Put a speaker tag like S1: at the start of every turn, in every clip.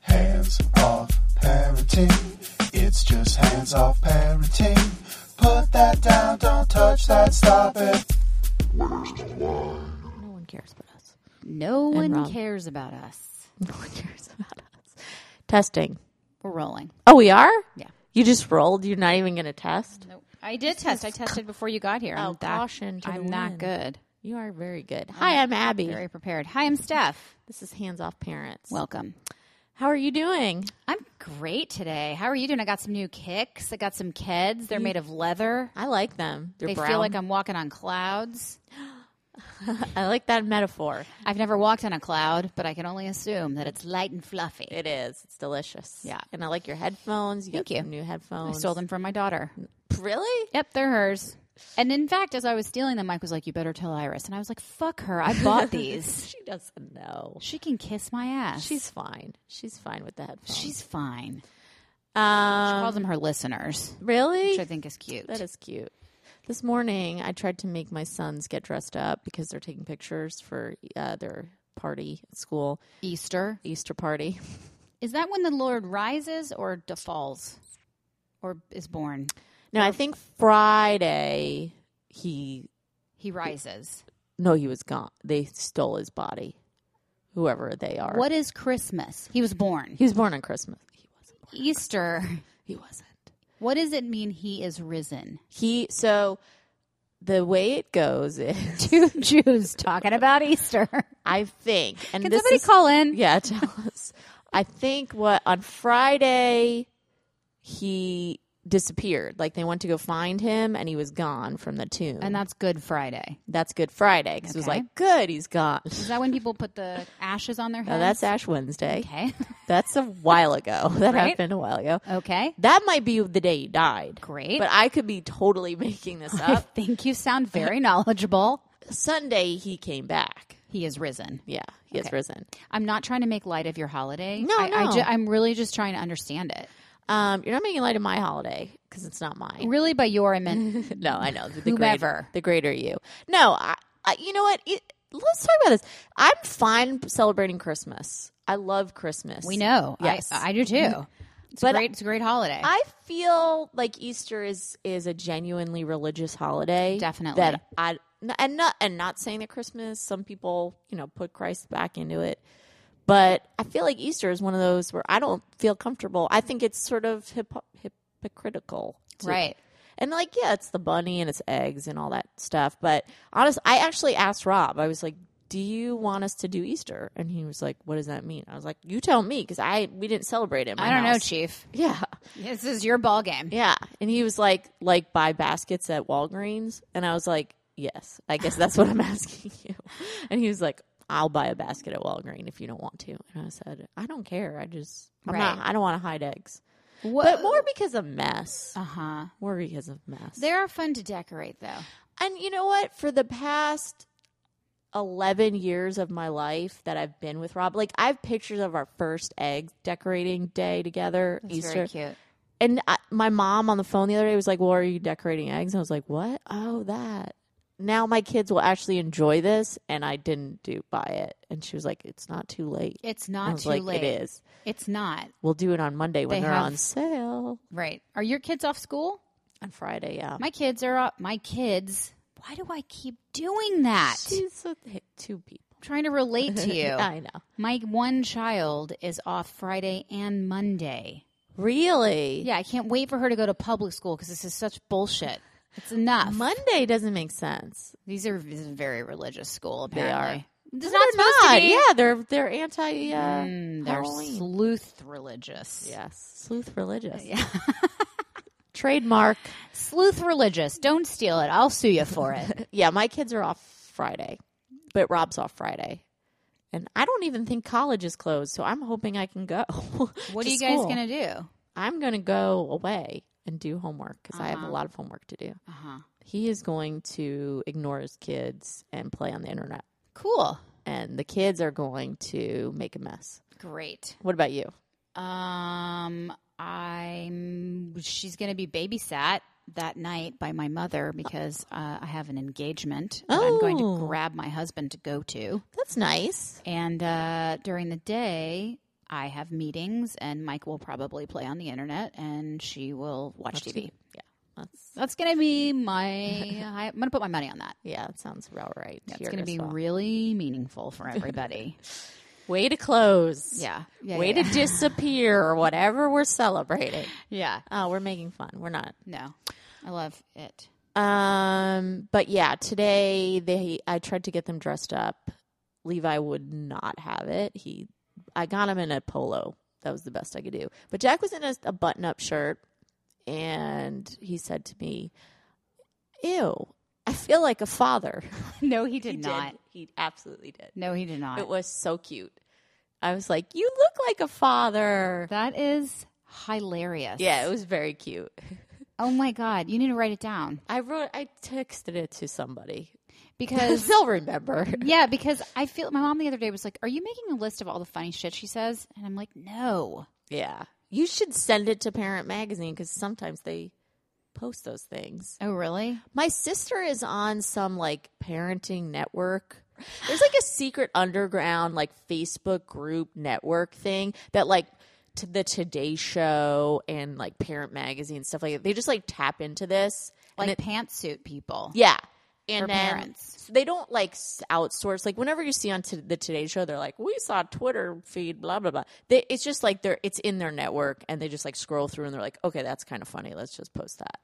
S1: Hands off parenting. It's just hands off parenting. Put that down, don't touch that, stop it.
S2: No one cares about us.
S3: No
S2: And
S3: one
S2: Rob.
S3: cares about us.
S2: No one cares about us. Testing.
S3: We're rolling.
S2: Oh, we are?
S3: Yeah.
S2: You just rolled. You're not even going to test?
S3: Nope. I did test. I tested before you got here.
S2: Oh,
S3: I'm that,
S2: caution to the
S3: I'm not
S2: wind.
S3: good.
S2: You are very good. Hi, I'm Abby.
S3: Very prepared. Hi, I'm Steph.
S2: This is Hands Off Parents.
S3: Welcome.
S2: How are you doing?
S3: I'm great today. How are you doing? I got some new kicks. I got some keds. They're made of leather.
S2: I like them. They're
S3: They
S2: Mm. brown.
S3: feel like I'm walking on clouds.
S2: I like that metaphor.
S3: I've never walked on a cloud, but I can only assume that it's light and fluffy.
S2: It is. It's delicious.
S3: Yeah.
S2: And I like your headphones. You
S3: Thank
S2: got
S3: you.
S2: some new
S3: I
S2: headphones.
S3: stole them from my daughter.
S2: Mm. Really?
S3: Yep, they're hers. And in fact, as I was stealing them, Mike was like, "You better tell Iris." And I was like, "Fuck her! I bought these.
S2: She doesn't know.
S3: she can kiss my ass.
S2: She's fine. She's fine with the headphones.
S3: she's fine."
S2: um,
S3: calls them her listeners,
S2: really?
S3: which I think is cute.
S2: That is cute. This morning, I tried to make my sons get dressed up because they're taking pictures for uh, their party at school,
S3: Easter.
S2: Easter party.
S3: Is that when the Lord rises or falls or is born?
S2: No, I think Friday he
S3: He rises.
S2: no, he was gone. They stole his body. Whoever they are,
S3: What is Christmas? He was born.
S2: he was born on Christmas. He wasn't. Born.
S3: Easter.
S2: He wasn't.
S3: What does it mean he is risen?
S2: He so the way it goes is
S3: Two Jews talking about Easter.
S2: I think, and
S3: Can
S2: this
S3: somebody
S2: is,
S3: call in?
S2: Yeah, tell us. I think what on Friday he disappeared. Like they went to go find him, and he was gone from the tomb.
S3: And that's Good Friday.
S2: that's Good Friday because it was
S3: Okay.
S2: like good, he's gone.
S3: Is that when people put the ashes on their
S2: Now
S3: heads?
S2: that's Ash Wednesday.
S3: okay.
S2: That's a while ago. That
S3: Right?
S2: happened a while ago.
S3: Okay.
S2: That might be the day he died.
S3: Great.
S2: But I could be totally making this
S3: I
S2: up.
S3: think you sound very knowledgeable.
S2: Sunday he came back.
S3: He is risen.
S2: Yeah, he has
S3: Okay.
S2: risen.
S3: I'm not trying to make light of your holiday.
S2: No,
S3: I, I
S2: no.
S3: ju- I'm really just trying to understand it.
S2: Um, you're not making light of my holiday because it's not mine.
S3: Really, by your I meant
S2: no, I know the
S3: Whomever.
S2: greater, the greater you. No, I, I you know what? It, let's talk about this. I'm fine celebrating Christmas. I love Christmas.
S3: we know.
S2: Yes.
S3: I, I do too. It's a
S2: But
S3: great. It's a great holiday.
S2: I feel like Easter is is a genuinely religious holiday.
S3: Definitely.
S2: That I and not and not saying that Christmas. Some people you know put Christ back into it. But I feel like Easter is one of those where I don't feel comfortable. I think it's sort of hypo- hypocritical, to-
S3: right.
S2: And like, yeah, it's the bunny and it's eggs and all that stuff. But honest, I actually asked Rob. I was like, "Do you want us to do Easter?" And he was like, "What does that mean?" I was like, "You tell me," because I we didn't celebrate it. in my
S3: I don't know,
S2: house.
S3: Chief.
S2: Yeah,
S3: This is your ball game.
S2: yeah. And he was like, "Like buy baskets at Walgreens," and I was like, "Yes, I guess that's what I'm asking you." And he was like. I'll buy a basket at Walgreens if you don't want to. And I said, I don't care. I just, I'm not,
S3: Right.
S2: I don't want to hide eggs.
S3: What?
S2: But more because of mess.
S3: Uh huh.
S2: More because of mess.
S3: They are fun to decorate, though.
S2: And you know what? For the past 11 years of my life that I've been with Rob, like I have pictures of our first egg decorating day together,
S3: It's
S2: Easter.
S3: very cute.
S2: And I, my mom on the phone the other day was like, Well, are you decorating eggs? And I was like, What? Oh, that. Now my kids will actually enjoy this. And I didn't do buy it. And she was like, It's not too late.
S3: It's
S2: I
S3: not
S2: was
S3: too
S2: like,
S3: late.
S2: It is.
S3: It's not
S2: We'll do it on Monday when
S3: They
S2: they are
S3: have-
S2: on sale.
S3: right. Are your kids off school?
S2: On Friday, yeah.
S3: My kids are up. My kids. Why do I keep doing that? I'm
S2: She's with two people.
S3: trying to relate to you.
S2: I know.
S3: My one child is off Friday and Monday.
S2: Really?
S3: Yeah, I can't wait for her to go to public school because this is such bullshit. It's enough.
S2: Monday doesn't make sense.
S3: These are this is a very religious school.
S2: They are.
S3: Apparently, It's
S2: They're
S3: supposed to be.
S2: Yeah, they're they're anti uh,
S3: Mm, they're
S2: Halloween.
S3: sleuth religious.
S2: yes, sleuth religious.
S3: Yeah.
S2: Trademark.
S3: sleuth religious. Don't steal it. I'll sue you for it.
S2: Yeah, my kids are off Friday, but Rob's off Friday, and I don't even think college is closed. So I'm hoping I can go.
S3: What
S2: to
S3: are you guys
S2: school.
S3: gonna do?
S2: I'm gonna go away and do homework because I have
S3: Uh-huh.
S2: a lot of homework to do.
S3: Uh huh.
S2: He is going to ignore his kids and play on the internet,
S3: Cool.
S2: and the kids are going to make a mess.
S3: Great.
S2: What about you?
S3: Um, I'm. She's gonna be babysat that night by my mother because uh, I have an engagement that I'm going
S2: Oh.
S3: to grab my husband to go to.
S2: That's nice.
S3: And uh, during the day, I have meetings, and Mike will probably play on the internet, and she will watch, TV.
S2: Yeah, that's
S3: That's gonna be my. I, I'm gonna put my money on that.
S2: yeah, that sounds about right.
S3: That's
S2: Here
S3: gonna
S2: as
S3: be
S2: well.
S3: really meaningful for everybody.
S2: way to close.
S3: yeah. yeah.
S2: way
S3: yeah,
S2: to
S3: yeah.
S2: disappear or whatever we're celebrating.
S3: Yeah.
S2: Oh, we're making fun. We're not.
S3: No, I love it.
S2: Um, but yeah, today they I tried to get them dressed up. Levi would not have it. He I got him in a polo. That was the best I could do. But Jack was in a, a button-up shirt and he said to me, "Ew, I feel like a father."
S3: No, he did
S2: He
S3: not.
S2: did. He absolutely did.
S3: No, he did not.
S2: It was so cute. I was like, "You look like a father."
S3: that is hilarious.
S2: Yeah, it was very cute.
S3: Oh my god, you need to write it down
S2: I wrote I texted it to somebody.
S3: because
S2: They'll remember.
S3: yeah, because I feel my mom the other day was like, "Are you making a list of all the funny shit she says?" And I'm like, "No."
S2: Yeah. You should send it to Parent Magazine because sometimes they post those things.
S3: Oh, really?
S2: My sister is on some like parenting network. There's like a secret underground like Facebook group network thing that like to the Today Show and like Parent Magazine stuff like that. They just like tap into this.
S3: Like pantsuit people.
S2: Yeah. And
S3: For
S2: then
S3: parents.
S2: so they don't like s- outsource. Like whenever you see on to the Today Show, they're like, "We saw Twitter feed, blah blah blah." They, it's just like they're it's in their network, and they just like scroll through, and they're like, "Okay, that's kind of funny. Let's just post that."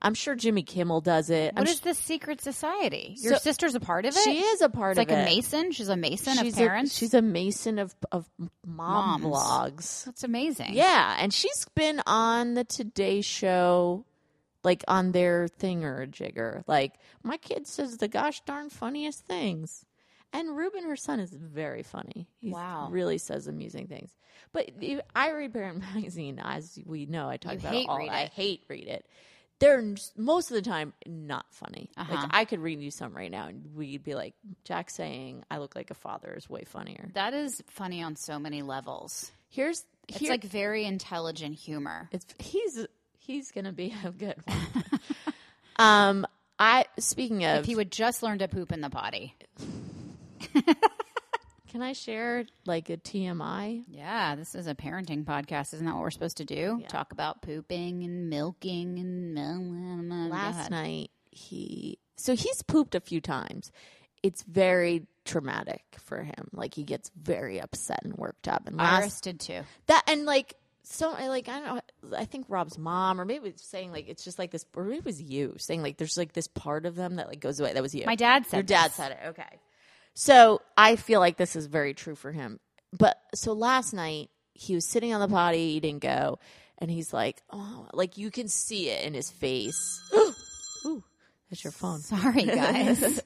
S2: I'm sure Jimmy Kimmel does it.
S3: What
S2: I'm
S3: is
S2: sh-
S3: this secret society? Your
S2: So-
S3: sister's a part of it.
S2: she is a part
S3: It's like
S2: of
S3: a
S2: it.
S3: mason. She's a mason
S2: she's
S3: of parents.
S2: A, she's a mason of of mom
S3: Moms.
S2: blogs.
S3: that's amazing.
S2: Yeah, and she's been on the Today Show, like on their thing or jigger. Like my kid says the gosh darn funniest things, and Ruben, her son, is very funny. He
S3: Wow.
S2: really says amusing things. But if- I read Parent Magazine, as we know. I talk
S3: You
S2: about
S3: hate
S2: it all.
S3: read
S2: I
S3: it.
S2: hate read it. They're n- most of the time not funny.
S3: Uh-huh.
S2: Like I could read you some right now, and we'd be like, Jack saying, "I look like a father" is way funnier.
S3: That is funny on so many levels.
S2: Here's
S3: It's
S2: here-
S3: like very intelligent humor.
S2: It's he's he's gonna be a good one. um, I speaking of,
S3: If he would just learn to poop in the potty.
S2: can I share like a TMI?
S3: Yeah, this is a parenting podcast. Isn't that what we're supposed to do? Talk about pooping and milking and mil-
S2: Last night he so he's pooped a few times. It's very traumatic for him. Like he gets very upset and worked up. And last
S3: Iris did too.
S2: that and like so I like I don't know I think Rob's mom or maybe it's saying like it's just like this or maybe it was you saying like there's like this part of them that like goes away. That was you.
S3: My dad said
S2: Your dad
S3: this.
S2: said it. Okay. So I feel like this is very true for him. But so last night he was sitting on the potty, he didn't go, and he's like, oh, like you can see it in his face. Ooh, that's your phone.
S3: Sorry, guys.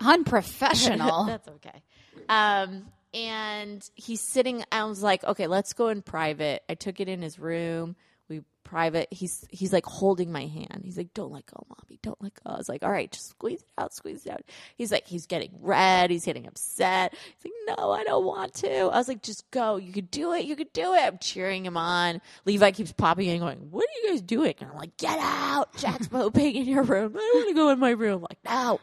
S3: Unprofessional.
S2: That's okay. Um, and he's sitting. I was like, okay, let's go in private. I took it in his room. We private. He's he's like holding my hand. He's like, don't let go, mommy. Don't let go. I was like, all right, just squeeze it out, squeeze it out. He's like, he's getting red. He's getting upset. He's like, no, I don't want to. I was like, just go. You could do it. You could do it. I'm cheering him on. Levi keeps popping in, and going, what are you guys doing? And I'm like, get out. Jack's moping in your room. I want to go in my room. like, no.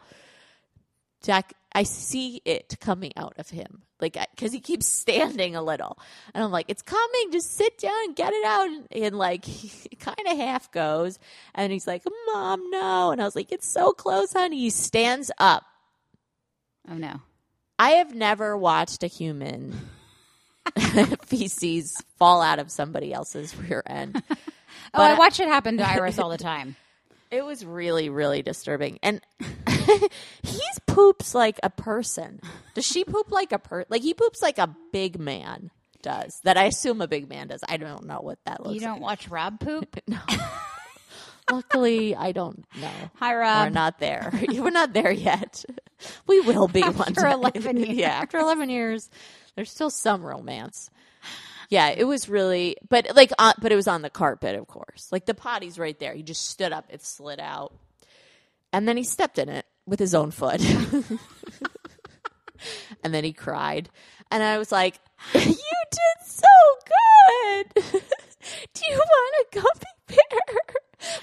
S2: Jack, I see it coming out of him, like because he keeps standing a little, and I'm like, "It's coming! Just sit down and get it out." And, and, like, he kind of half goes, and he's like, "Mom, no!" And I was like, "It's so close, honey." He stands up.
S3: oh no.
S2: I have never watched a human feces fall out of somebody else's rear end.
S3: Oh, I watch it happen to Iris all the time.
S2: It was really, really disturbing. And he's poops like a person. Does she poop like a per? Like he poops like a big man does. That I assume a big man does. I don't know what that looks.
S3: You don't watch Rob poop?
S2: like. Luckily, I don't know.
S3: Hi,
S2: We're
S3: Rob.
S2: not there. We're not there yet. We will be one
S3: After
S2: day.
S3: 11 years.
S2: Yeah, after eleven years, there's still some romance. Yeah, it was really, but like, uh, but it was on the carpet, of course. Like the potty's right there. He just stood up. It slid out, and then he stepped in it with his own foot. and then he cried, and I was like, "You did so good. Do you want a gummy bear?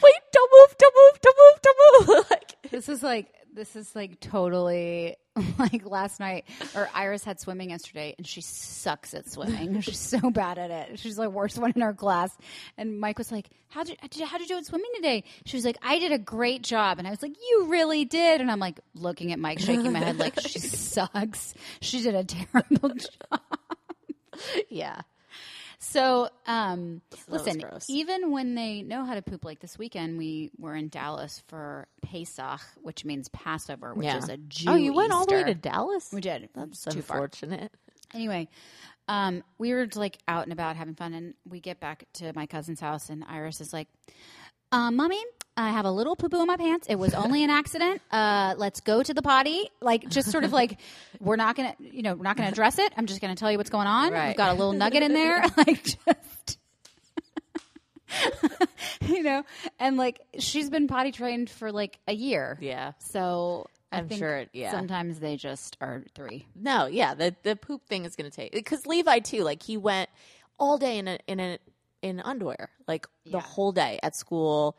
S2: Wait, don't move, don't move, don't move, don't move." like,
S3: This is like this is like totally like last night or Iris had swimming yesterday and she sucks at swimming. She's so bad at it. She's like worst one in her class. And Mike was like, "How did you, how did you do at swimming today?" She was like, "I did a great job." And I was like, "You really did." And I'm like looking at Mike shaking my head like she sucks. She did a terrible job.
S2: yeah.
S3: So, um, listen,
S2: gross.
S3: even when they know how to poop, like this weekend, we were in Dallas for Pesach, which means Passover, which
S2: Yeah.
S3: is a Jew.
S2: Oh, you went all the way
S3: Easter.
S2: to Dallas?
S3: We did.
S2: That's
S3: It's too far.
S2: unfortunate.
S3: Anyway, um, we were like out and about having fun, and we get back to my cousin's house, and Iris is like, uh, "Mommy, I have a little poo poo in my pants. It was only an accident. Uh, let's go to the potty." Like, just sort of like, we're not gonna, you know, we're not gonna address it. I'm just gonna tell you what's going on.
S2: Right.
S3: We've got a little nugget in there, like just. you know, and like she's been potty trained for like a year.
S2: Yeah.
S3: So I
S2: I'm
S3: think
S2: sure it- yeah.
S3: sometimes they just are three.
S2: No, yeah, the the poop thing is going to take because Levi too. Like he went all day in a, in a, in underwear, like the
S3: Yeah.
S2: whole day at school.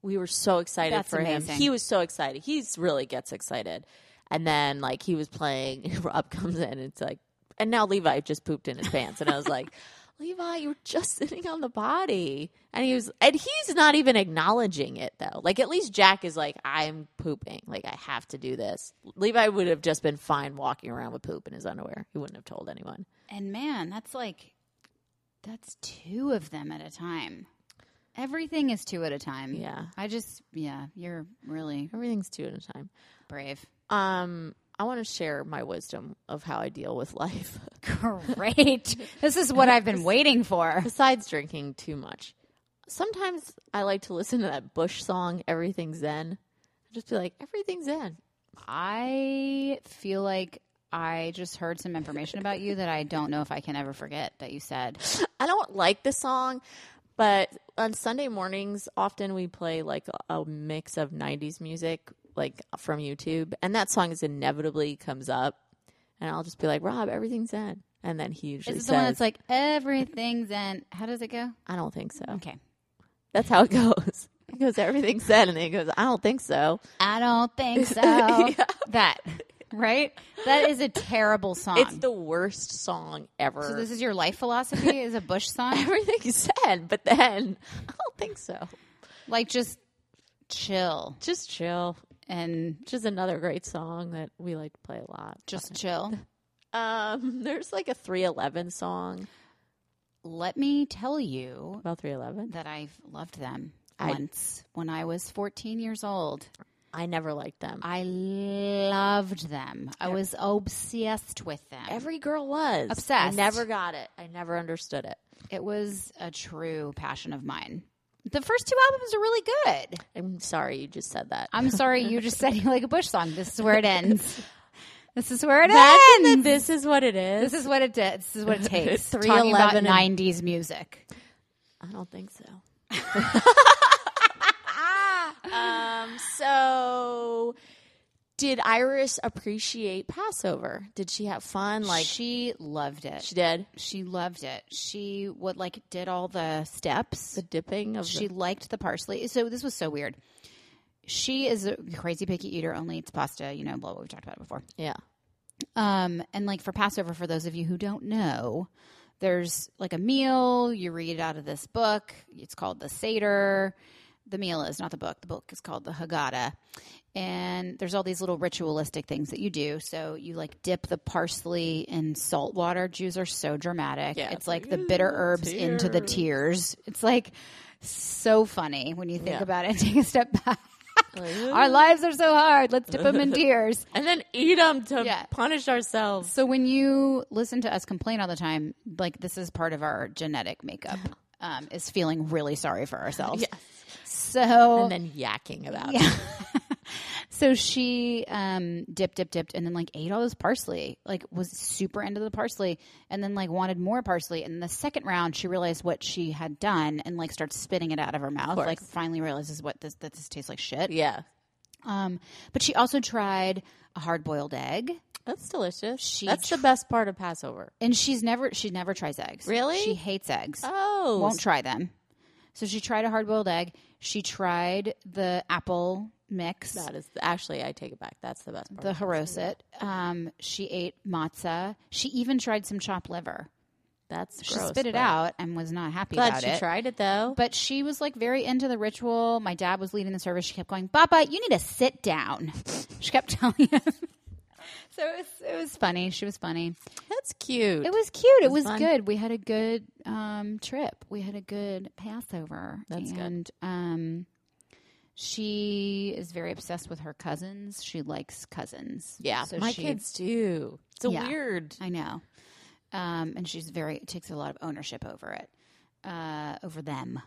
S2: We were so excited
S3: That's
S2: for
S3: amazing.
S2: him. He was so excited. He's really gets excited, and then like he was playing. Rob comes in, and it's like, and now Levi just pooped in his pants, and I was like. Levi, you were just sitting on the potty. And he was and he's not even acknowledging it though. Like at least Jack is like, I'm pooping. Like I have to do this. Levi would have just been fine walking around with poop in his underwear. He wouldn't have told anyone.
S3: And man, that's like that's two of them at a time. Everything is two at a time.
S2: Yeah.
S3: I just yeah, you're really
S2: Everything's two at a time.
S3: brave.
S2: Um I want to share my wisdom of how I deal with life.
S3: Great. this is what I've been waiting for.
S2: Besides drinking too much. Sometimes I like to listen to that Bush song, Everything's Zen. I just be like, Everything's Zen.
S3: I feel like I just heard some information about you that I don't know if I can ever forget that you said.
S2: I don't like the song, but on Sunday mornings, often we play like a mix of 90s music, like from YouTube, and that song is inevitably comes up, and I'll just be like, Rob, everything's in. And then he usually
S3: Is
S2: says,
S3: it the one that's like everything's in how does it go?
S2: I don't think so.
S3: Okay.
S2: That's how it goes. He goes, everything's said, and then he goes, I don't think so.
S3: I don't think so.
S2: Yeah.
S3: That right? That is a terrible song.
S2: It's the worst song ever.
S3: So this is your life philosophy is a Bush song?
S2: everything's said, but then I don't think so.
S3: like just chill
S2: Just chill.
S3: and
S2: Which is another great song that we like to play a lot.
S3: just chill.
S2: Um, there's like a 311 song
S3: Let me tell you
S2: about 311.
S3: that I've loved them
S2: I-
S3: once when I was 14 years old.
S2: I never liked them.
S3: I loved them. I was obsessed with them.
S2: Every girl was
S3: Obsessed.
S2: I never got it. I never understood it.
S3: it was a true passion of mine. The first two albums are really good.
S2: I'm sorry you just said that.
S3: I'm sorry you just said you like a Bush song. This is where it ends. This is where it
S2: Imagine
S3: ends.
S2: that this is what it is.
S3: This is what it did. This is what it takes.
S2: Three
S3: Talking about
S2: eleven and-
S3: '90s music.
S2: I don't think so. um, so did Iris appreciate Passover? Did she have fun? Like she,
S3: she loved it. She,
S2: did
S3: loved it. She would like did all the steps.
S2: the dipping of
S3: she
S2: the,
S3: liked the parsley. So this was so weird. She is a crazy picky eater. Only eats pasta. You know, blah. blah, We've talked about it before.
S2: yeah.
S3: Um, and like for Passover, for those of you who don't know, there's like a meal. You read out of this book. It's called the Seder. The meal is not the book. The book is called the Haggadah. And there's all these little ritualistic things that you do. So you like dip the parsley in salt water. Jews are so dramatic.
S2: Yeah,
S3: it's
S2: it's
S3: like
S2: like,
S3: the bitter herbs into the
S2: tears.
S3: tears. It's like so funny when you think
S2: Yeah.
S3: about it. Take a step back.
S2: Like,
S3: Our lives are so hard. Let's dip them in tears.
S2: and then eat them to
S3: Yeah.
S2: punish ourselves.
S3: So when you listen to us complain all the time, like this is part of our genetic makeup, um, is feeling really sorry for ourselves. So
S2: And then yakking about it.
S3: yeah. so she um, dipped, dipped, dipped, and then like ate all this parsley. Like was super into the parsley, and then like wanted more parsley. And the second round, she realized what she had done, and like starts spitting it out of her mouth.
S2: course.
S3: like finally realizes what this that this tastes like shit.
S2: Yeah.
S3: Um, but she also tried a hard boiled egg.
S2: That's delicious.
S3: She
S2: That's the best part of Passover.
S3: And she's never she never tries eggs.
S2: Really?
S3: She hates eggs.
S2: Oh,
S3: Won't try them. So she tried a hard boiled egg. She tried the apple mix.
S2: That is actually, I take it back. That's the best part.
S3: the haroset. Um, she ate matzah. She even tried some chopped liver.
S2: That's
S3: She
S2: gross,
S3: spit it
S2: but-
S3: out and was not happy
S2: Glad
S3: about
S2: she
S3: it.
S2: tried it though.
S3: But she was like very into the ritual. My dad was leading the service. She kept going, Papa, you need to sit down. She kept telling him. So it was, it was funny. She was funny.
S2: That's cute.
S3: It was cute. It
S2: was
S3: was,
S2: fun.
S3: good. We had a good um, trip. We had a good Passover.
S2: That's good.
S3: and, Um, she is very obsessed with her cousins. She likes cousins.
S2: yeah,
S3: So
S2: my
S3: she-
S2: kids do. It's a
S3: Yeah.
S2: weird.
S3: I know. Um, and she's very takes a lot of ownership over it, uh, over them.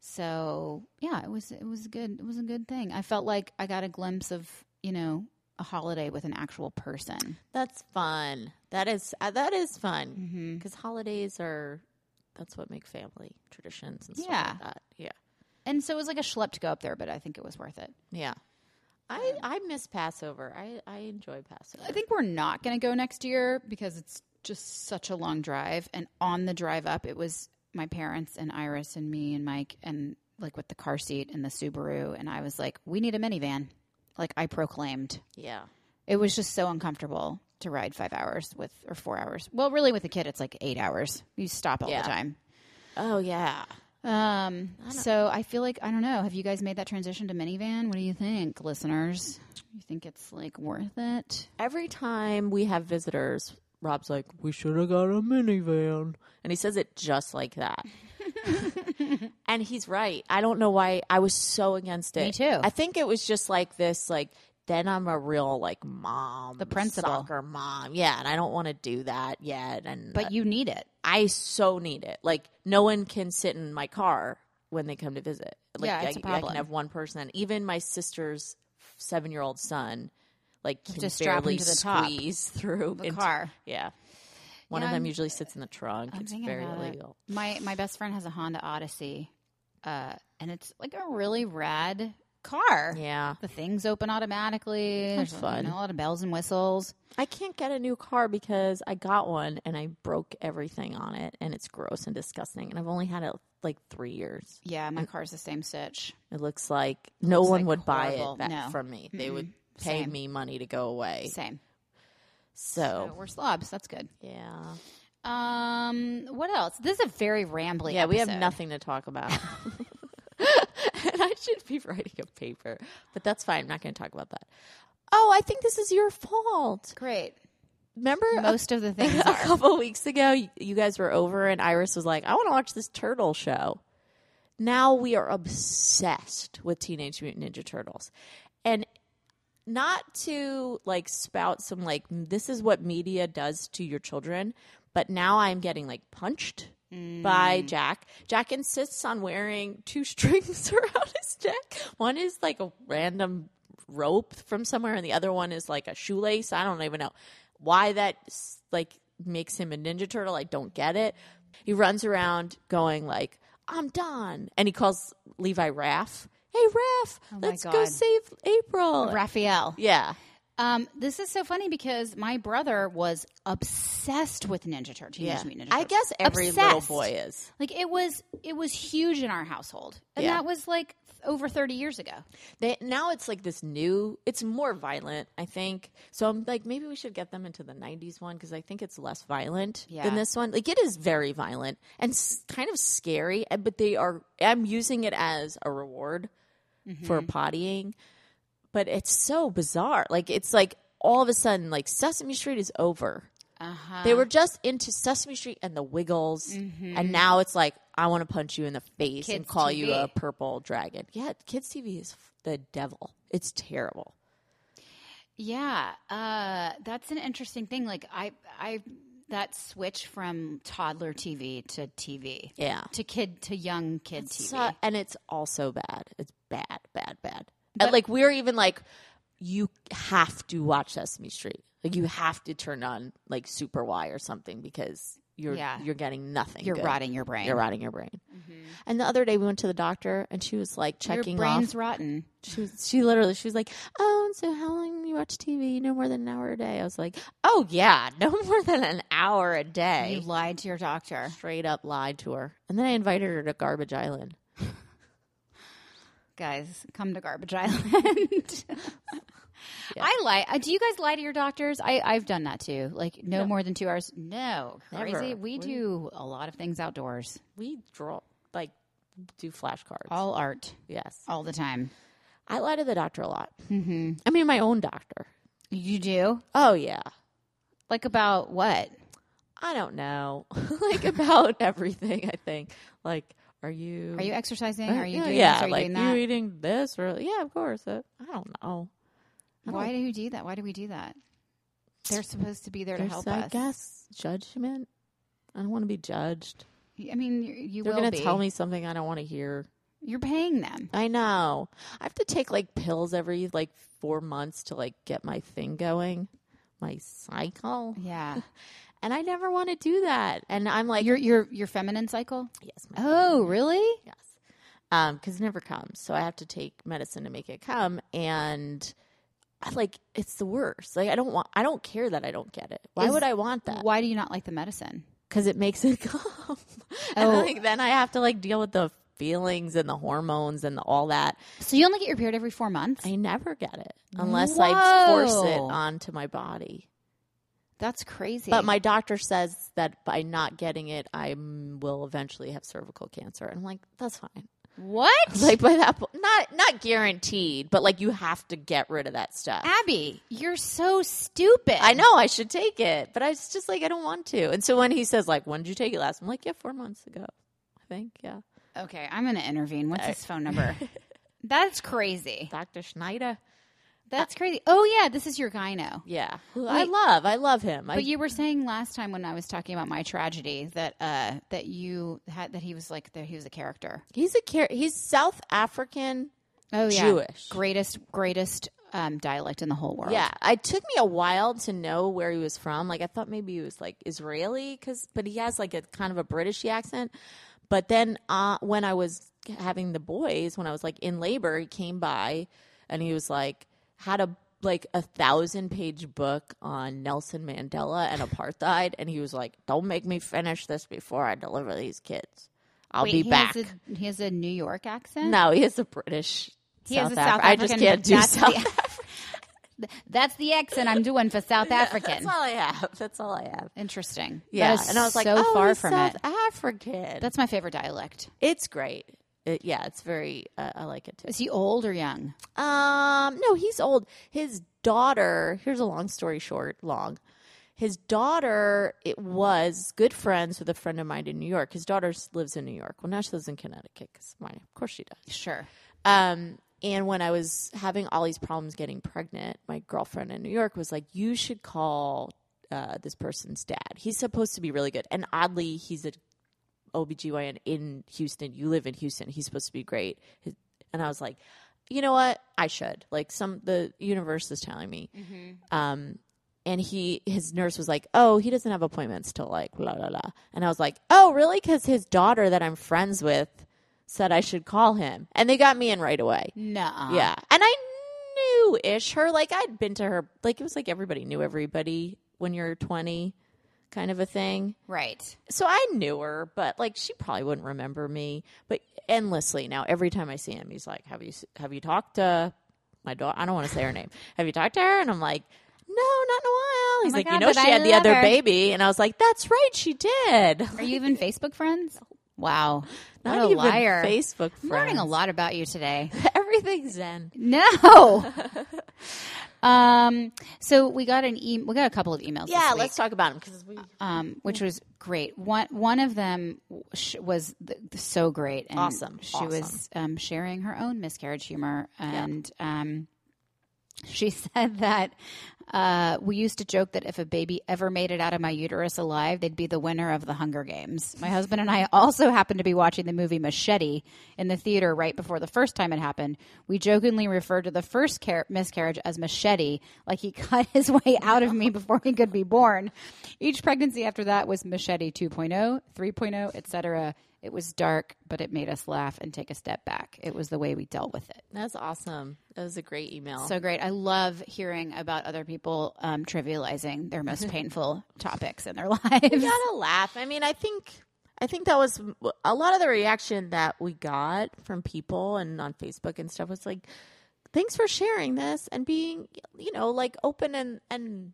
S3: So yeah, it was it was good. It was a good thing. I felt like I got a glimpse of you know a holiday with an actual person.
S2: That's fun. That is uh, that is
S3: Mm-hmm.
S2: fun because holidays are. That's what make family traditions and stuff
S3: Yeah.
S2: like that. Yeah,
S3: And so it was like a schlep to go up there, but I think it was worth it.
S2: yeah. I I miss Passover. I Um, I enjoy Passover.
S3: I think we're not going to go next year because it's just such a long drive. And on the drive up, it was my parents and Iris and me and Mike and like with the car seat and the Subaru. And I was like, we need a minivan. Like I proclaimed.
S2: yeah,
S3: It was just so uncomfortable to ride five hours with or four hours. Well, really with a kid, it's like eight hours. You stop all
S2: Yeah.
S3: the time.
S2: Oh yeah.
S3: Um, so I feel like I don't know. Have you guys made that transition to minivan? What do you think, listeners? You think it's like worth it?
S2: Every time we have visitors, Rob's like, "We should have got a minivan," and he says it just like that. and he's right. I don't know why I was so against it.
S3: Me too.
S2: I think it was just like this, like. Then I'm a real like mom, the
S3: principal.
S2: soccer mom, yeah, and I don't want to do that yet. And
S3: But you need it.
S2: I so need it. Like no one can sit in my car when they come to visit. Like
S3: Yeah, it's
S2: I,
S3: a
S2: I
S3: problem.
S2: can have one person. Even my sister's seven-year-old son, like can
S3: Just strap him
S2: barely
S3: to the top
S2: squeeze through
S3: The car.
S2: Yeah, one
S3: Yeah,
S2: of them
S3: I'm-
S2: usually sits in the trunk.
S3: I'm
S2: it's
S3: thinking
S2: very
S3: about it.
S2: illegal.
S3: My my best friend has a Honda Odyssey, uh, and it's like a really rad car.
S2: Yeah,
S3: The things open automatically.
S2: That's
S3: There's,
S2: fun.
S3: You know, a lot of bells and whistles.
S2: I can't get a new car because I got one and I broke everything on it, and it's gross and disgusting. And I've only had it like three years.
S3: Yeah, my car's the same stitch.
S2: It looks like no
S3: Looks
S2: one
S3: like
S2: would buy
S3: horrible.
S2: it back
S3: No.
S2: from me. They would pay
S3: Same.
S2: me money to go away.
S3: Same.
S2: So
S3: So we're slobs. That's good.
S2: Yeah.
S3: Um, what else? This is a very rambling.
S2: Yeah, we have
S3: episode.
S2: nothing to talk about. and I should be writing a paper, but that's fine. I'm not going to talk about that. Oh, I think this is your fault.
S3: Great.
S2: Remember a-
S3: Most of the things
S2: a,
S3: are.
S2: couple weeks ago, y- you guys were over, and Iris was like, I want to watch this turtle show. Now we are obsessed with Teenage Mutant Ninja Turtles. And not to like spout some like "Mm, this is what media does to your children, but now I'm getting like punched by
S3: Mm.
S2: Jack. Jack insists on wearing two strings around his neck. One is like a random rope from somewhere, and the other one is like a shoelace. I don't even know why that s- like makes him a Ninja Turtle. I don't get it. He runs around going like, "I'm Don," and he calls Levi Raff. Hey Raff,
S3: Oh my
S2: let's go
S3: God.
S2: save April.
S3: Raphael.
S2: Yeah.
S3: Um, this is so funny because my brother was obsessed with Ninja Turtles. Teenage
S2: Yeah.
S3: Mutant Ninja
S2: I
S3: Turtles.
S2: guess every little
S3: Obsessed.
S2: boy is.
S3: Like it was, it was huge in our household, and
S2: Yeah.
S3: that was like over thirty years ago.
S2: They, now it's like this new, it's more violent, I think. So I'm like, maybe we should get them into the 90s one because I think it's less violent
S3: Yeah.
S2: than this one. Like, it is very violent and s- kind of scary, and- but they are, I'm using it as a reward for pottying. But it's so bizarre. Like, it's like all of a sudden, like, Sesame Street is over.
S3: Uh-huh.
S2: They were just into Sesame Street and the Wiggles, and now it's like I want to punch you in the face and
S3: Mm-hmm. Kids
S2: call you
S3: TV.
S2: a purple dragon. Yeah, kids TV is f- the devil. It's terrible.
S3: Yeah, uh, that's an interesting thing. Like I, I that switch from toddler TV to TV
S2: Yeah,
S3: to kid to young kid TV.
S2: So- and it's also bad. It's bad, bad, bad. and like we're even like, you have to watch Sesame Street. Like you have to turn on like Super Y or something because you're
S3: Yeah.
S2: you're getting nothing.
S3: You're
S2: good.
S3: rotting your brain.
S2: You're rotting your brain. And the other day we went to the doctor and she was like
S3: Your
S2: checking off
S3: brain's rotten.
S2: She was, she literally she was like, "Oh, and so how long you watch TV? No more than an hour a day." I was like, "Oh yeah, no more than an hour a
S3: You
S2: day."
S3: lied to your doctor.
S2: Straight up lied to her, and then I invited her to Garbage Island.
S3: guys, come to Garbage Island. I lie. uh, Do you guys lie to your doctors? I, I've done that too. Like no, more than two hours. No,
S2: Never.
S3: crazy.
S2: We-
S3: We do a lot of things outdoors.
S2: We draw like do flashcards.
S3: All art,
S2: yes,
S3: all the time. Mm-hmm.
S2: I lie to the doctor a lot. I mean, my own doctor.
S3: You do
S2: Oh yeah,
S3: like about what?
S2: I don't know, like about everything. I think like, are you?
S3: Are you exercising?
S2: Uh,
S3: Are you
S2: yeah,
S3: doing
S2: yeah,
S3: this? Are you
S2: like
S3: doing that?
S2: you eating this or yeah, of course. Uh, I don't know.
S3: Why do you do that? Why do we do that? They're supposed to be there to
S2: There's,
S3: help
S2: I
S3: us.
S2: guess judgment. I don't want to be judged.
S3: I mean, you, you
S2: They're
S3: will
S2: gonna
S3: be.
S2: tell me something I don't want to hear.
S3: You're paying them.
S2: I know. I have to take like pills every like four months to like get my thing going, my cycle,
S3: Yeah,
S2: and I never want to do that. And I'm like,
S3: your your your feminine cycle.
S2: yes, my
S3: Oh, really?
S2: Yes. Um, 'cause because it never comes. So I have to take medicine to make it come. And I like it's the worst. Like I don't want I don't care that I don't get it. Why
S3: Is-
S2: would I want that?
S3: Why do you not like the medicine?
S2: Because it makes it come. and
S3: Oh.
S2: like then I have to like deal with the feelings and the hormones and the, all that.
S3: So you only get your period every four months.
S2: I never get it unless I force it
S3: Whoa.
S2: onto my body.
S3: That's crazy.
S2: But my doctor says that by not getting it, I will eventually have cervical cancer. And I'm like, that's fine.
S3: what?
S2: like by that po- not not guaranteed but like you have to get rid of that stuff
S3: Abby, you're so stupid.
S2: i know i should take it but i was just like i don't want to and so when he says like when did you take it last i'm like yeah four months ago i think yeah
S3: Okay, I'm going to intervene. What's his phone number? That's crazy.
S2: dr schneider
S3: That's crazy. Oh yeah, this is your gyno.
S2: yeah who i
S3: Wait.
S2: love i love him I,
S3: But you were saying last time when I was talking about my tragedy that uh that you had that he was like that he was a character.
S2: he's a char- he's south african
S3: Oh
S2: yeah. Jewish.
S3: Greatest greatest um dialect in the whole world.
S2: yeah it took me a while to know where he was from like i thought maybe he was like israeli because but he has like a kind of a british accent but then uh, when i was having the boys when i was like in labor he came by and he was like had a like a thousand page book on nelson mandela and apartheid and he was like don't make me finish this before i deliver these kids i'll
S3: Wait,
S2: be
S3: he
S2: back
S3: Has a, he has a New York accent?
S2: no he has a british
S3: He
S2: south
S3: has a
S2: Af-
S3: South African.
S2: i just can't do
S3: that's
S2: south
S3: The, that's the accent I'm doing for South
S2: that's
S3: African.
S2: all i have that's all i have
S3: Interesting.
S2: Yeah,
S3: That is
S2: and I was like,
S3: so
S2: oh,
S3: far
S2: he's
S3: from
S2: South
S3: it.
S2: African.
S3: That's my favorite dialect.
S2: it's great. It, yeah, it's very. Uh, I like it
S3: Is
S2: too.
S3: he old or young?
S2: Um, no, he's old. His daughter. Here's a long story short. Long. His daughter. It was good friends with a friend of mine in New York. His daughter s- lives in New York. Well, now she lives in Connecticut. Cause mine, of course, she does.
S3: Sure.
S2: Um, and when I was having all these problems getting pregnant, my girlfriend in New York was like, "You should call uh, this person's dad. He's supposed to be really good." And oddly, he's a OBGYN in Houston. You live in Houston. He's supposed to be great. His- And I was like, "You know what? I should." Like some the universe is telling me. Um, and he his nurse was like, "Oh, he doesn't have appointments till like la la la." And I was like, "Oh, really? Because his daughter that I'm friends with said I should call him, and they got me in right away.
S3: No.
S2: Yeah, and I knew ish her. Like I'd been to her. Like it was like everybody knew everybody when you're 20, kind of a thing.
S3: Right.
S2: So I knew her, but like she probably wouldn't remember me. But endlessly now, every time I see him, he's like, "Have you s- have you talked to my daughter? I don't want to say her name. Have you talked to her?" And I'm like. No, not in a while. He's
S3: Oh my
S2: like, you
S3: God,
S2: know,
S3: but
S2: she
S3: I
S2: had the
S3: love
S2: other
S3: her."
S2: baby, and I was like, that's right, she did.
S3: Are you even Facebook friends? Wow.
S2: Not
S3: what a
S2: even
S3: liar.
S2: Facebook friends.
S3: I'm learning a lot about you today.
S2: Everything's zen.
S3: No. um. So we got an e- we got a couple of emails. this
S2: Yeah,
S3: week,
S2: let's talk about him because we
S3: um, which was great. One one of them sh- was th- so great. And
S2: Awesome,
S3: She was um, sharing her own miscarriage humor and. Um, she said that uh, we used to joke that if a baby ever made it out of my uterus alive, they'd be the winner of the Hunger Games. My husband and I also happened to be watching the movie Machete in the theater right before the first time it happened. We jokingly referred to the first car- miscarriage as Machete, like he cut his way out of me before he could be born. Each pregnancy after that was Machete oh, 2.0, 3.0, etc. It was dark, but it made us laugh and take a step back. It was the way we dealt with it.
S2: that's awesome. That was a great email.
S3: So great. I love hearing about other people um, trivializing their most painful topics in their lives.
S2: you gotta laugh. I mean, I think I think that was a lot of the reaction that we got from people and on Facebook and stuff was like, thanks for sharing this and being, you know, like open and, and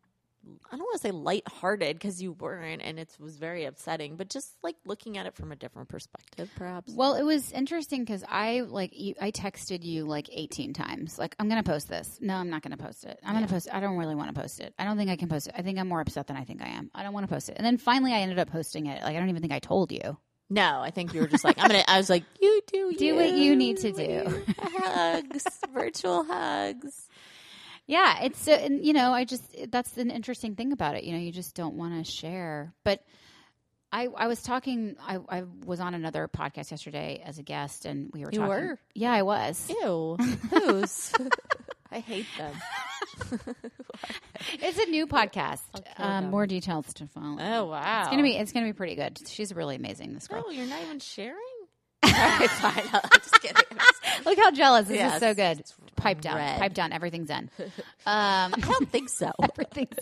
S2: I don't want to say lighthearted because you weren't and it was very upsetting, but just like looking at it from a different perspective, perhaps.
S3: Well, it was interesting because I like you, I texted you like 18 times. Like, I'm gonna post this. No, I'm not gonna post it. I'm gonna post. It. I don't really want to post it. I don't think I can post it. I think I'm more upset than I think I am. I don't want to post it. And then finally, I ended up posting it. Like, I don't even think I told you.
S2: No, I think you were just like, I'm gonna, I was like, you do,
S3: Do what you need to do.
S2: hugs, virtual hugs.
S3: Yeah, it's so, and you know, I just that's an interesting thing about it. You know, you just don't want to share. But I, I was talking. I, I was on another podcast yesterday as a guest, and we were.
S2: You
S3: talking,
S2: were?
S3: Yeah, I was.
S2: Ew, who's? I hate them.
S3: It's a new podcast.
S2: kill
S3: Um,
S2: them.
S3: more details to follow.
S2: Oh wow,
S3: It's gonna be it's gonna be pretty good. She's really amazing. This girl.
S2: Oh, you're not even sharing. All right, fine. I'm just kidding. I'm just kidding.
S3: Look how jealous this
S2: Oh. Yes.
S3: is. So good. Pipe down.
S2: red.
S3: Pipe down. Everything's in. Um,
S2: I don't think so.
S3: everything's.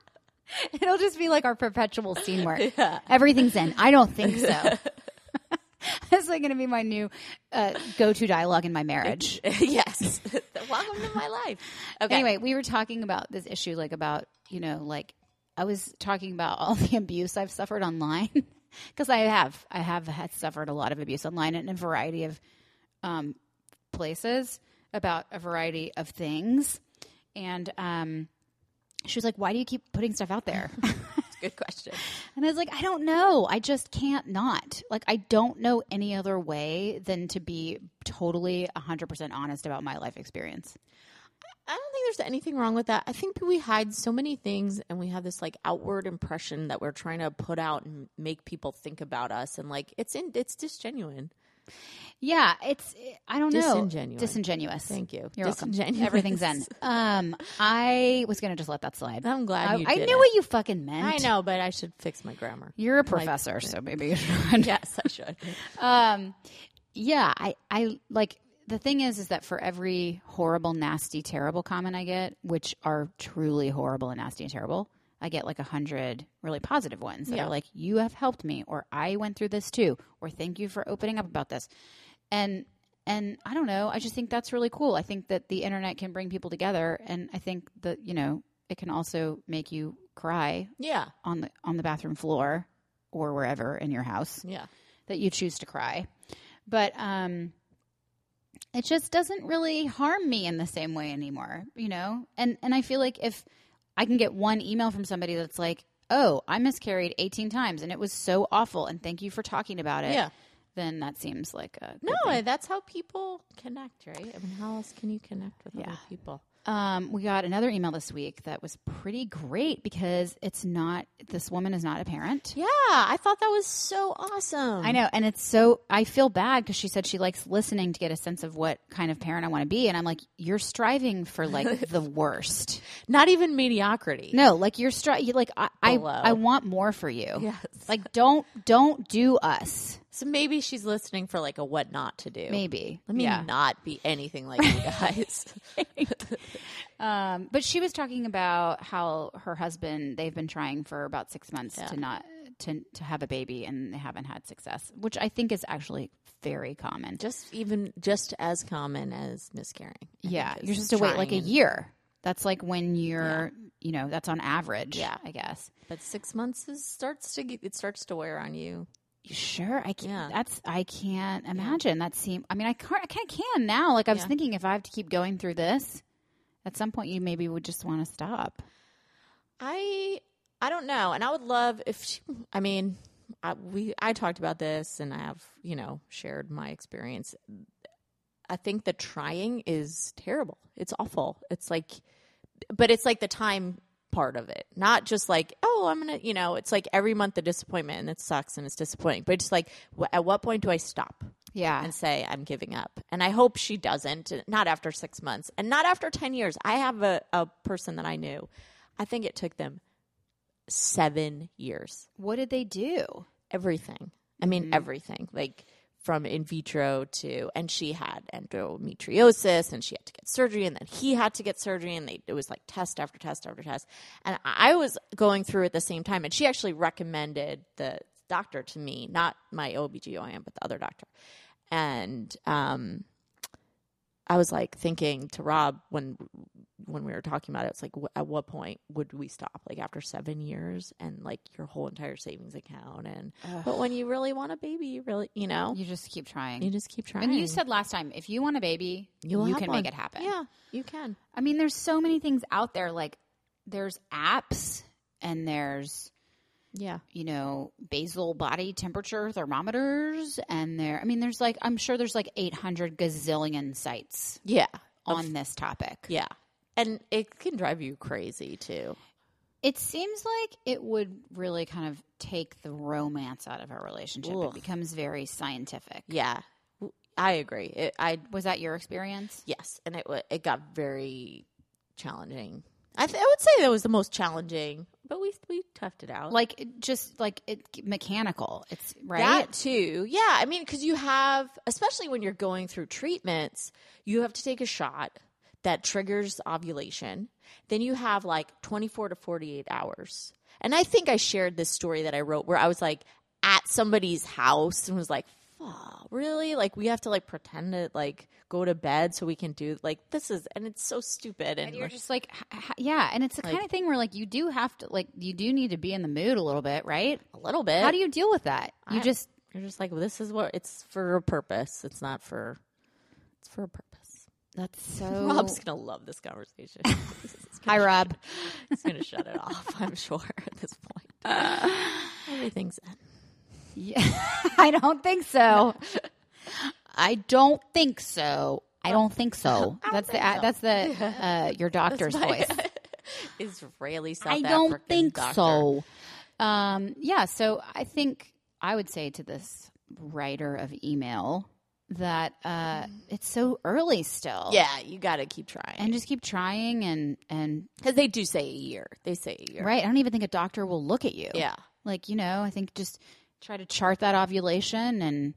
S3: It'll just be like our perpetual scene work. Everything's in. I don't think so. That's like going to be my new uh, go-to dialogue in my marriage.
S2: yes. Welcome to my life. Okay.
S3: Anyway, we were talking about this issue, like about you know, like I was talking about all the abuse I've suffered online because I have, I have had suffered a lot of abuse online in a variety of um, places about a variety of things, and um, she was like, "Why do you keep putting stuff out there?"
S2: That's a good question.
S3: And I was like, I don't know. I just can't not. Like, I don't know any other way than to be totally 100% honest about my life experience.
S2: I don't think there's anything wrong with that. I think we hide so many things and we have this like outward impression that we're trying to put out and make people think about us and like it's in it's disgenuine.
S3: Yeah, it's, I don't know.
S2: Disingenuous.
S3: Disingenuous.
S2: Thank you.
S3: You're welcome.
S2: Disingenuous.
S3: Everything's in. Um, I was going to just let that slide.
S2: I'm glad
S3: I,
S2: you
S3: I
S2: did
S3: knew
S2: it.
S3: what you fucking meant.
S2: I know, but I should fix my grammar.
S3: You're a professor, so maybe you should.
S2: yes, I should.
S3: um yeah i i like the thing is is that for every horrible nasty terrible comment i get which are truly horrible and nasty and terrible i get like a hundred really positive ones that
S2: Yeah.
S3: are like you have helped me or i went through this too or thank you for opening up about this and and i don't know i just think that's really cool i think that the internet can bring people together and i think that you know it can also make you cry
S2: Yeah.
S3: on the on the bathroom floor or wherever in your house
S2: Yeah.
S3: that you choose to cry. But um it just doesn't really harm me in the same way anymore, you know? And and I feel like if I can get one email from somebody that's like, "Oh, I miscarried 18 times and it was so awful and thank you for talking about it."
S2: Yeah.
S3: Then that seems like a good
S2: No,
S3: thing.
S2: that's how people connect, right? I mean, how else can you connect with other people?
S3: Um, we got another email this week that was pretty great because it's not this woman is not a parent.
S2: Yeah, I thought that was so awesome.
S3: I know. And it's so, I feel bad because she said she likes listening to get a sense of what kind of parent I want to be. And I'm like, you're striving for like the worst.
S2: Not even mediocrity.
S3: No, like you're striving, like I, I,
S2: Below.
S3: I want more for you.
S2: Yes.
S3: Like don't, don't do us.
S2: So maybe she's listening for like a what not to do.
S3: Maybe.
S2: Let me
S3: yeah.
S2: not be anything like you guys.
S3: Um, but she was talking about how her husband, they've been trying for about six months to not, to, to have a baby and they haven't had success, which I think is actually very common.
S2: just even just as common as miscarrying. I think
S3: Yeah,
S2: is
S3: you're supposed to wait like a
S2: trying.
S3: year. That's like when you're, you know, that's on average.
S2: Yeah.
S3: I guess.
S2: But six months is, starts to get- it starts to wear on you.
S3: Sure, I
S2: Yeah.
S3: can't. That's I can't imagine that seem. I mean, I can't. I kind of can now. Like I was
S2: Yeah.
S3: thinking, if I have to keep going through this, at some point you maybe would just want to stop.
S2: I I don't know, and I would love if she, I mean, I, we I talked about this, and I have you know shared my experience. I think the trying is terrible. It's awful. It's like, but it's like the time part of it, not just like oh I'm gonna you know it's like every month the disappointment and it sucks and it's disappointing, but it's like wh- at what point do I stop?
S3: Yeah,
S2: and say I'm giving up. And I hope she doesn't, not after six months and not after 10 years. I have a, a person that I knew. I think it took them seven years.
S3: what did they do?
S2: Everything. I mean, everything. Like from in vitro to, and she had endometriosis and she had to get surgery and then he had to get surgery and they, it was like test after test after test. And I was going through at the same time and she actually recommended the doctor to me, not my OBGYN, but the other doctor. And um, I was like thinking to Rob when when we were talking about it, it's like wh- at what point would we stop? Like after seven years and like your whole entire savings account, and but when you really want a baby, you really you know
S3: You just keep trying.
S2: you just keep trying.
S3: and you said last time, if you want a baby, you,
S2: You'll have
S3: can
S2: one.
S3: make it happen.
S2: Yeah, you can.
S3: I mean, there's so many things out there. Like, there's apps and there's,
S2: Yeah,
S3: you know, basal body temperature thermometers. And there, I mean, there's like, I'm sure there's like 800 gazillion sites
S2: yeah, Oh,
S3: on this topic.
S2: yeah. And it can drive you crazy too.
S3: It seems like it would really kind of take the romance out of our relationship. It
S2: Ugh.
S3: becomes very scientific.
S2: Yeah, W- I agree. It, I
S3: Was that your experience?
S2: yes, and it wa it got very challenging. I, th- I would say that was the most challenging, but we we toughed it out.
S3: Like it just like it mechanical. It's right.
S2: That too. Yeah. I mean, because you have, especially when you're going through treatments, you have to take a shot that triggers ovulation. Then you have like 24 to 48 hours. And I think I shared this story that I wrote where I was like at somebody's house and was like, fuck, really? Like, we have to like pretend to like go to bed so we can do like this is, and it's so stupid. And,
S3: And you're
S2: like,
S3: just like, h- h- yeah. And it's the kind
S2: Like-
S3: of thing where like you do have to like you do need to be in the mood a little bit, right?
S2: a little bit.
S3: How do you deal with that? You
S2: I-
S3: just
S2: You're just like, well, this is what it's for a purpose. It's not for, it's for a purpose.
S3: that's so.
S2: Rob's gonna love this conversation. he's,
S3: Hi,
S2: gonna,
S3: Rob.
S2: he's gonna shut it off, I'm sure, at this point. Everything's in.
S3: Yeah. I don't think so. I don't think so. I don't think so. that's the that's the uh, your doctor's voice.
S2: Israeli South
S3: I don't
S2: African
S3: think
S2: doctor.
S3: so. Um, yeah, so I think I would say to this writer of email that uh, it's so early still.
S2: Yeah, you gotta keep trying.
S3: and just keep trying and and
S2: Because they do say a year. They say a year.
S3: right. I don't even think a doctor will look at you.
S2: Yeah.
S3: like you know, I think just try to chart that ovulation and.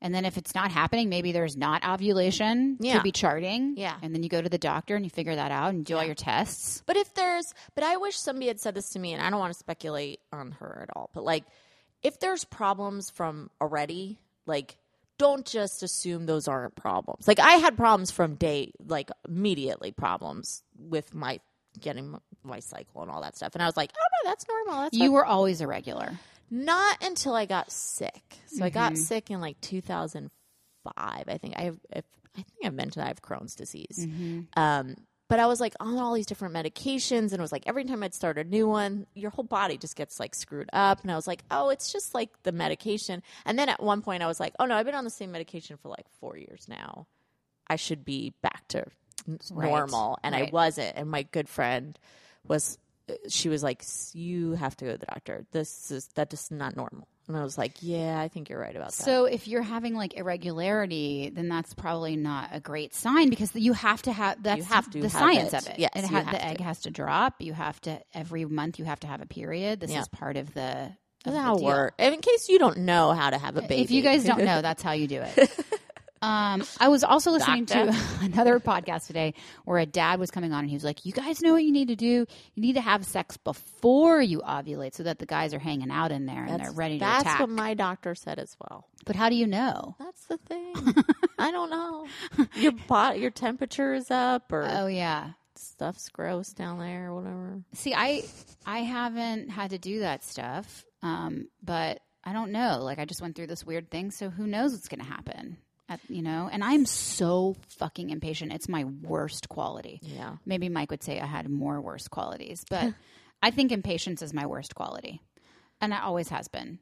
S3: And then if it's not happening, maybe there's not ovulation
S2: Yeah.
S3: to be charting.
S2: Yeah.
S3: And then you go to the doctor and you figure that out and do all your tests.
S2: But if there's, but I wish somebody had said this to me, and I don't want to speculate on her at all, but like, if there's problems from already, like, don't just assume those aren't problems. Like, I had problems from day, like, immediately problems with my getting my- my cycle and all that stuff. And I was like, oh no, that's normal. That's
S3: You
S2: fine.
S3: were always irregular.
S2: Not until I got sick. So I got
S3: Mm-hmm.
S2: sick in like 2005. I think I have, if, I think I mentioned I have Crohn's disease.
S3: Mm-hmm.
S2: Um, but I was like on all these different medications, and it was like every time I'd start a new one, your whole body just gets like screwed up. And I was like, oh, it's just like the medication. And then at one point, I was like, oh no, I've been on the same medication for like four years now. I should be back to n-
S3: Right.
S2: normal. And I
S3: Right.
S2: wasn't. And my good friend was, she was like, "S- you have to go to the doctor. This is, that is not normal. And I was like, yeah, I think you're right about that.
S3: So if you're having like irregularity, then that's probably not a great sign because you have to have that's
S2: have to
S3: the
S2: have
S3: science
S2: it.
S3: of it.
S2: Yes,
S3: it
S2: you
S3: ha-
S2: have
S3: the
S2: to.
S3: egg has to drop. You have to every month you have to have a period. This
S2: Yeah.
S3: is part of the of
S2: That's
S3: the
S2: how it
S3: deal.
S2: work. And In case you don't know how to have a baby,
S3: If you guys don't know, that's how you do it. Um, I was also listening
S2: Doctor.
S3: to another podcast today where a dad was coming on and he was like, "You guys know what you need to do? You need to have sex before you ovulate, so that the guys are hanging out in there and
S2: that's,
S3: they're ready to
S2: that's
S3: attack."
S2: what my doctor said as well.
S3: but how do you know?
S2: That's the thing. I don't know. Your pot, your temperature is up, or
S3: Oh yeah,
S2: stuff's gross down there, or whatever.
S3: See, I I haven't had to do that stuff, um, but I don't know. Like, I just went through this weird thing, so who knows what's going to happen? At, you know, and I'm so fucking impatient. It's my worst quality.
S2: Yeah.
S3: Maybe Mike would say I had more worst qualities, but I think impatience is my worst quality, and it always has been.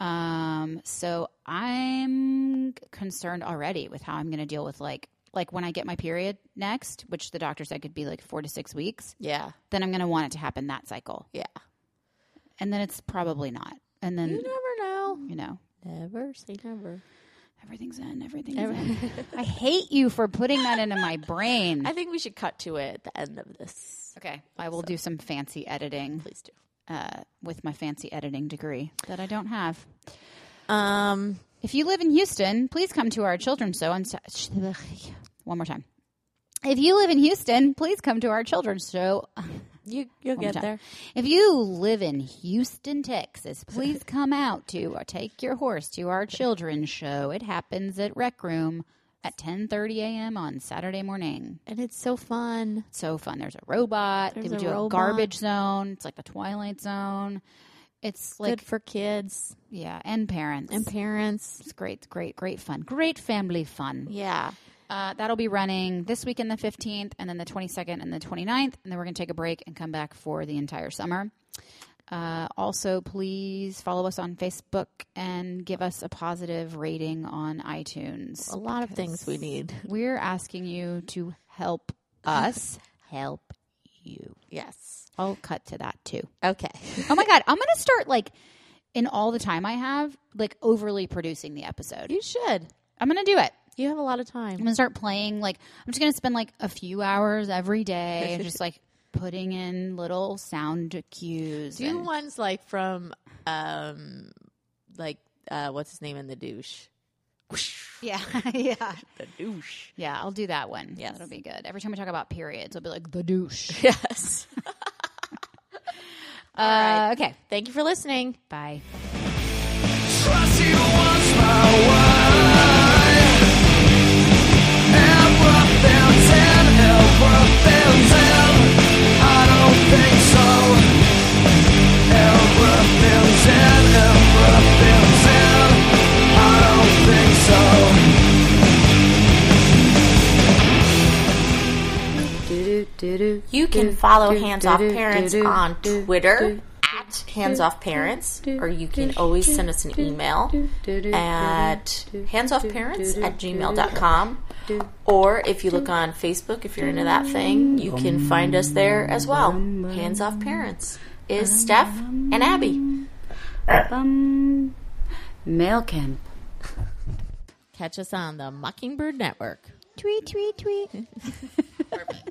S3: Um, so I'm concerned already with how I'm going to deal with like like when I get my period next, which the doctor said could be like four to six weeks
S2: Yeah.
S3: then I'm going to want it to happen that cycle.
S2: Yeah.
S3: And then it's probably not. And then,
S2: You
S3: you know,
S2: never know. Never say never.
S3: everything's in, everything's in. I hate you for putting that into my brain.
S2: I think we should cut to it at the end of this.
S3: okay. I will do some fancy editing
S2: Please do.
S3: uh, with my fancy editing degree that I don't have.
S2: Um.
S3: If you live in Houston, please come to our children's show on. Sa- sh- One more time. If you live in Houston, please come to our children's show.
S2: You you'll
S3: One
S2: get
S3: time.
S2: there.
S3: If you live in Houston, Texas, please come out to or take your horse to our children's show. It happens at Rec Room at 10:30 a.m. on Saturday morning.
S2: And it's so fun.
S3: It's so fun. There's a robot.
S2: There's
S3: they
S2: a
S3: do a
S2: robot.
S3: garbage zone. It's like the Twilight Zone. It's like
S2: Good for kids
S3: yeah, and parents.
S2: and parents.
S3: it's great, great, great fun. Great family fun.
S2: Yeah.
S3: Uh, that'll be running this weekend, the 15th, and then the 22nd and the 29th. And then we're going to take a break and come back for the entire summer. Uh, also, please follow us on Facebook and give us a positive rating on iTunes.
S2: A lot of things we need.
S3: We're asking you to help us help you.
S2: Yes.
S3: I'll cut to that too.
S2: Okay.
S3: Oh my God. I'm going to start like in all the time I have, like overly producing the episode.
S2: You should.
S3: I'm going to do it.
S2: You have a lot of
S3: I'm
S2: time.
S3: gonna start playing. Like I'm just gonna spend like a few hours every day, and just like putting in little sound cues.
S2: Do
S3: and-
S2: ones like from um like uh what's his name in the douche?
S3: yeah, yeah,
S2: The douche.
S3: yeah. I'll do that one.
S2: Yes.
S3: that'll be good. Every time we talk about periods, I'll be like the douche.
S2: Yes.
S3: uh, okay,
S2: Thank you for listening.
S3: bye.
S1: Trust you once my wife. Help up them ten, help up them ten. I don't think so. Help up them ten, help up them ten. I don't think so.
S2: You can follow Hands Off Parents on Twitter at Hands Off Parents, or you can always send us an email at handsoffparents at gmail.com. Or if you look on Facebook, if you're into that thing, you can find us there as well. Hands Off Parents is Steph and Abby.
S3: Mail camp.
S2: Catch us on the Mockingbird Network.
S3: Tweet, tweet, tweet.